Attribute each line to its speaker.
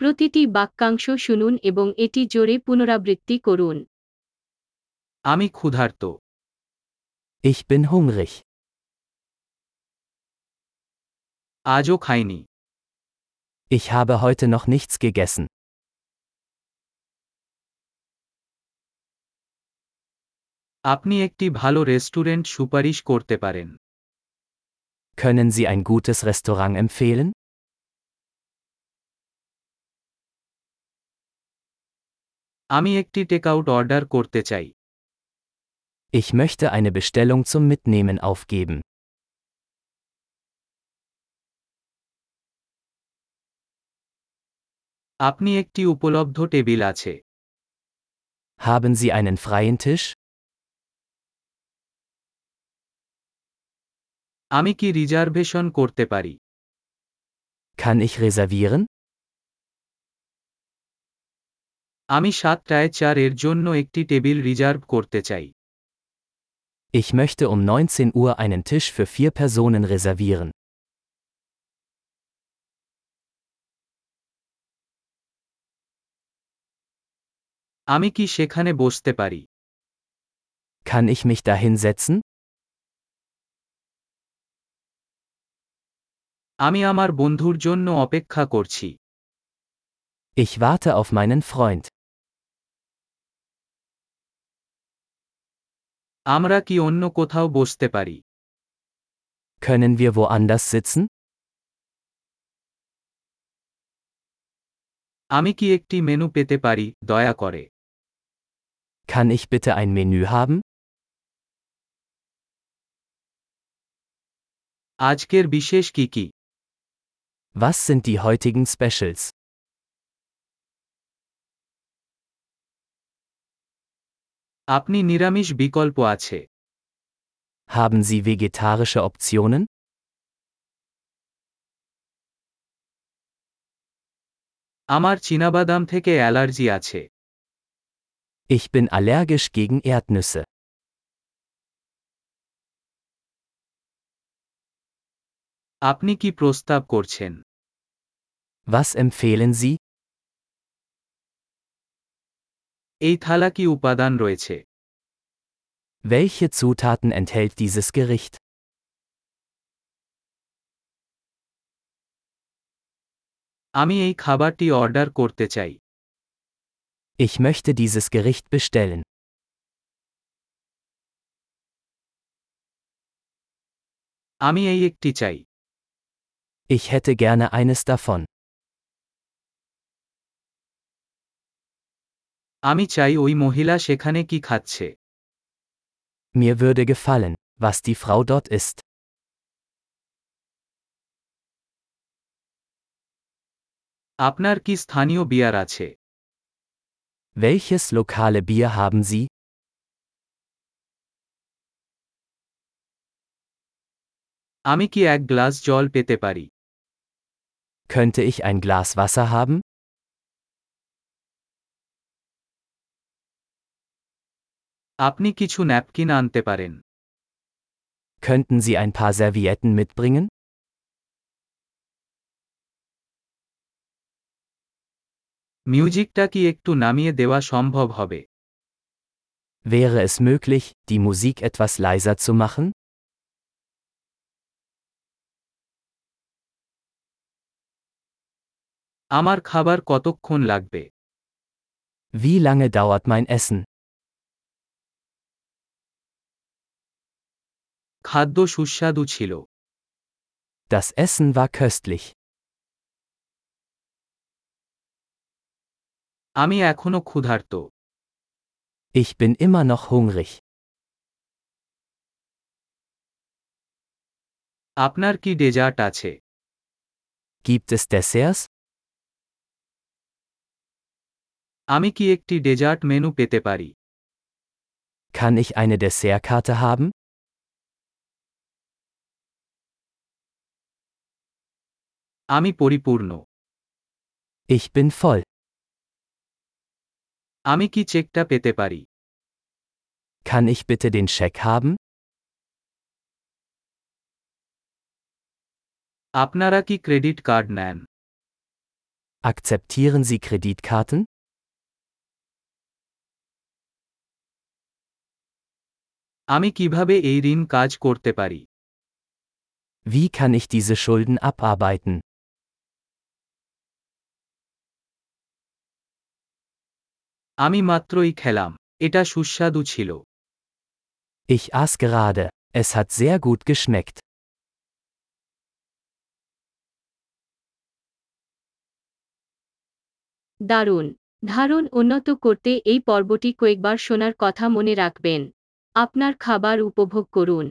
Speaker 1: প্রতিটি বাক্যাংশ শুনুন এবং এটি জোরে পুনরাবৃত্তি করুন
Speaker 2: আমি ক্ষুধার্ত
Speaker 3: Ich bin hungrig.
Speaker 2: আজও খাইনি
Speaker 3: Ich habe heute noch nichts gegessen.
Speaker 2: আপনি একটি ভালো রেস্টুরেন্ট সুপারিশ করতে পারেন
Speaker 3: Können Sie ein gutes Restaurant empfehlen?
Speaker 2: আমি একটি টেকআউট অর্ডার করতে চাই
Speaker 3: Ich möchte eine Bestellung zum Mitnehmen aufgeben.
Speaker 2: আপনি একটি উপলব্ধ টেবিল আছে
Speaker 3: Haben Sie einen freien Tisch?
Speaker 2: আমি কি রিজার্ভেশন করতে পারি
Speaker 3: Kann ich reservieren?
Speaker 2: আমি সাতটায় চার এর জন্য একটি টেবিল রিজার্ভ করতে চাই
Speaker 3: Ich möchte um 19 Uhr einen Tisch für vier Personen reservieren.
Speaker 2: আমি কি সেখানে বসতে পারি
Speaker 3: Kann ich mich dahin setzen?
Speaker 2: আমি আমার বন্ধুর জন্য অপেক্ষা করছি
Speaker 3: Ich warte auf meinen Freund.
Speaker 2: আমরা কি অন্য কোথাও বসতে পারি
Speaker 3: Können wir woanders sitzen?
Speaker 2: আমি কি একটি মেনু পেতে পারি দয়া করে
Speaker 3: Kann ich bitte ein Menü haben?
Speaker 2: আজকের বিশেষ কি কি
Speaker 3: Was sind die heutigen Specials?
Speaker 2: আপনি নিরামিষ বিকল্প আছে
Speaker 3: Haben Sie vegetarische Optionen?
Speaker 2: আমার চীনাবাদাম থেকে অ্যালার্জি আছে
Speaker 3: Ich bin allergisch gegen Erdnüsse.
Speaker 2: আপনি কি প্রস্তাব করছেন
Speaker 3: Was empfehlen Sie?
Speaker 2: এই থালা কি উপাদান রয়েছে
Speaker 3: Welche Zutaten enthält dieses Gericht?
Speaker 2: আমি এই খাবারটি অর্ডার করতে চাই
Speaker 3: Ich möchte dieses Gericht bestellen.
Speaker 2: আমি এই একটি চাই
Speaker 3: Ich hätte gerne eines davon.
Speaker 2: আমি চাই ওই মহিলা সেখানে কি খাচ্ছে
Speaker 3: Mir würde gefallen, was die Frau dort isst.
Speaker 2: আপনার কি স্থানীয় বিয়ার আছে
Speaker 3: Welches lokale Bier haben Sie?
Speaker 2: আমি কি এক গ্লাস জল পেতে পারি
Speaker 3: Könnte ich ein Glas Wasser haben?
Speaker 2: আপনি কিছু ন্যাপকিন আনতে পারেন
Speaker 3: Könnten Sie ein paar Servietten mitbringen?
Speaker 2: মিউজিকটা কি একটু নামিয়ে দেওয়া সম্ভব হবে
Speaker 3: Wäre es möglich, die Musik etwas leiser zu machen?
Speaker 2: আমার খাবার কতক্ষণ লাগবে
Speaker 3: Wie lange dauert mein Essen?
Speaker 2: খাদ্য সুস্বাদু ছিল
Speaker 3: Das Essen war köstlich.
Speaker 2: আমি এখনও ক্ষুধার্ত
Speaker 3: Ich bin immer noch hungrig.
Speaker 2: আপনার কি ডেজার্ট আছে
Speaker 3: Gibt es Desserts?
Speaker 2: আমি কি একটি ডেজার্ট মেনু পেতে পারি
Speaker 3: Kann ich eine Dessertkarte haben?
Speaker 2: আমি পরিপূর্ণ
Speaker 3: Ich bin voll.
Speaker 2: আমি কি চেকটা পেতে পারি
Speaker 3: Kann ich bitte den Scheck haben?
Speaker 2: আপনারা কি ক্রেডিট কার্ড নেন
Speaker 3: Akzeptieren Sie Kreditkarten?
Speaker 2: আমি কিভাবে এই ঋণ কাজ করতে পারি
Speaker 3: Wie kann ich diese Schulden abarbeiten?
Speaker 2: আমি মাত্রই খেলাম এটা সুস্বাদু ছিল
Speaker 3: Ich aß gerade. Es hat sehr gut geschmeckt.
Speaker 1: দারুণ ধারণ উন্নত করতে এই পর্বটি কয়েকবার শোনার কথা মনে রাখবেন আপনার খাবার উপভোগ করুন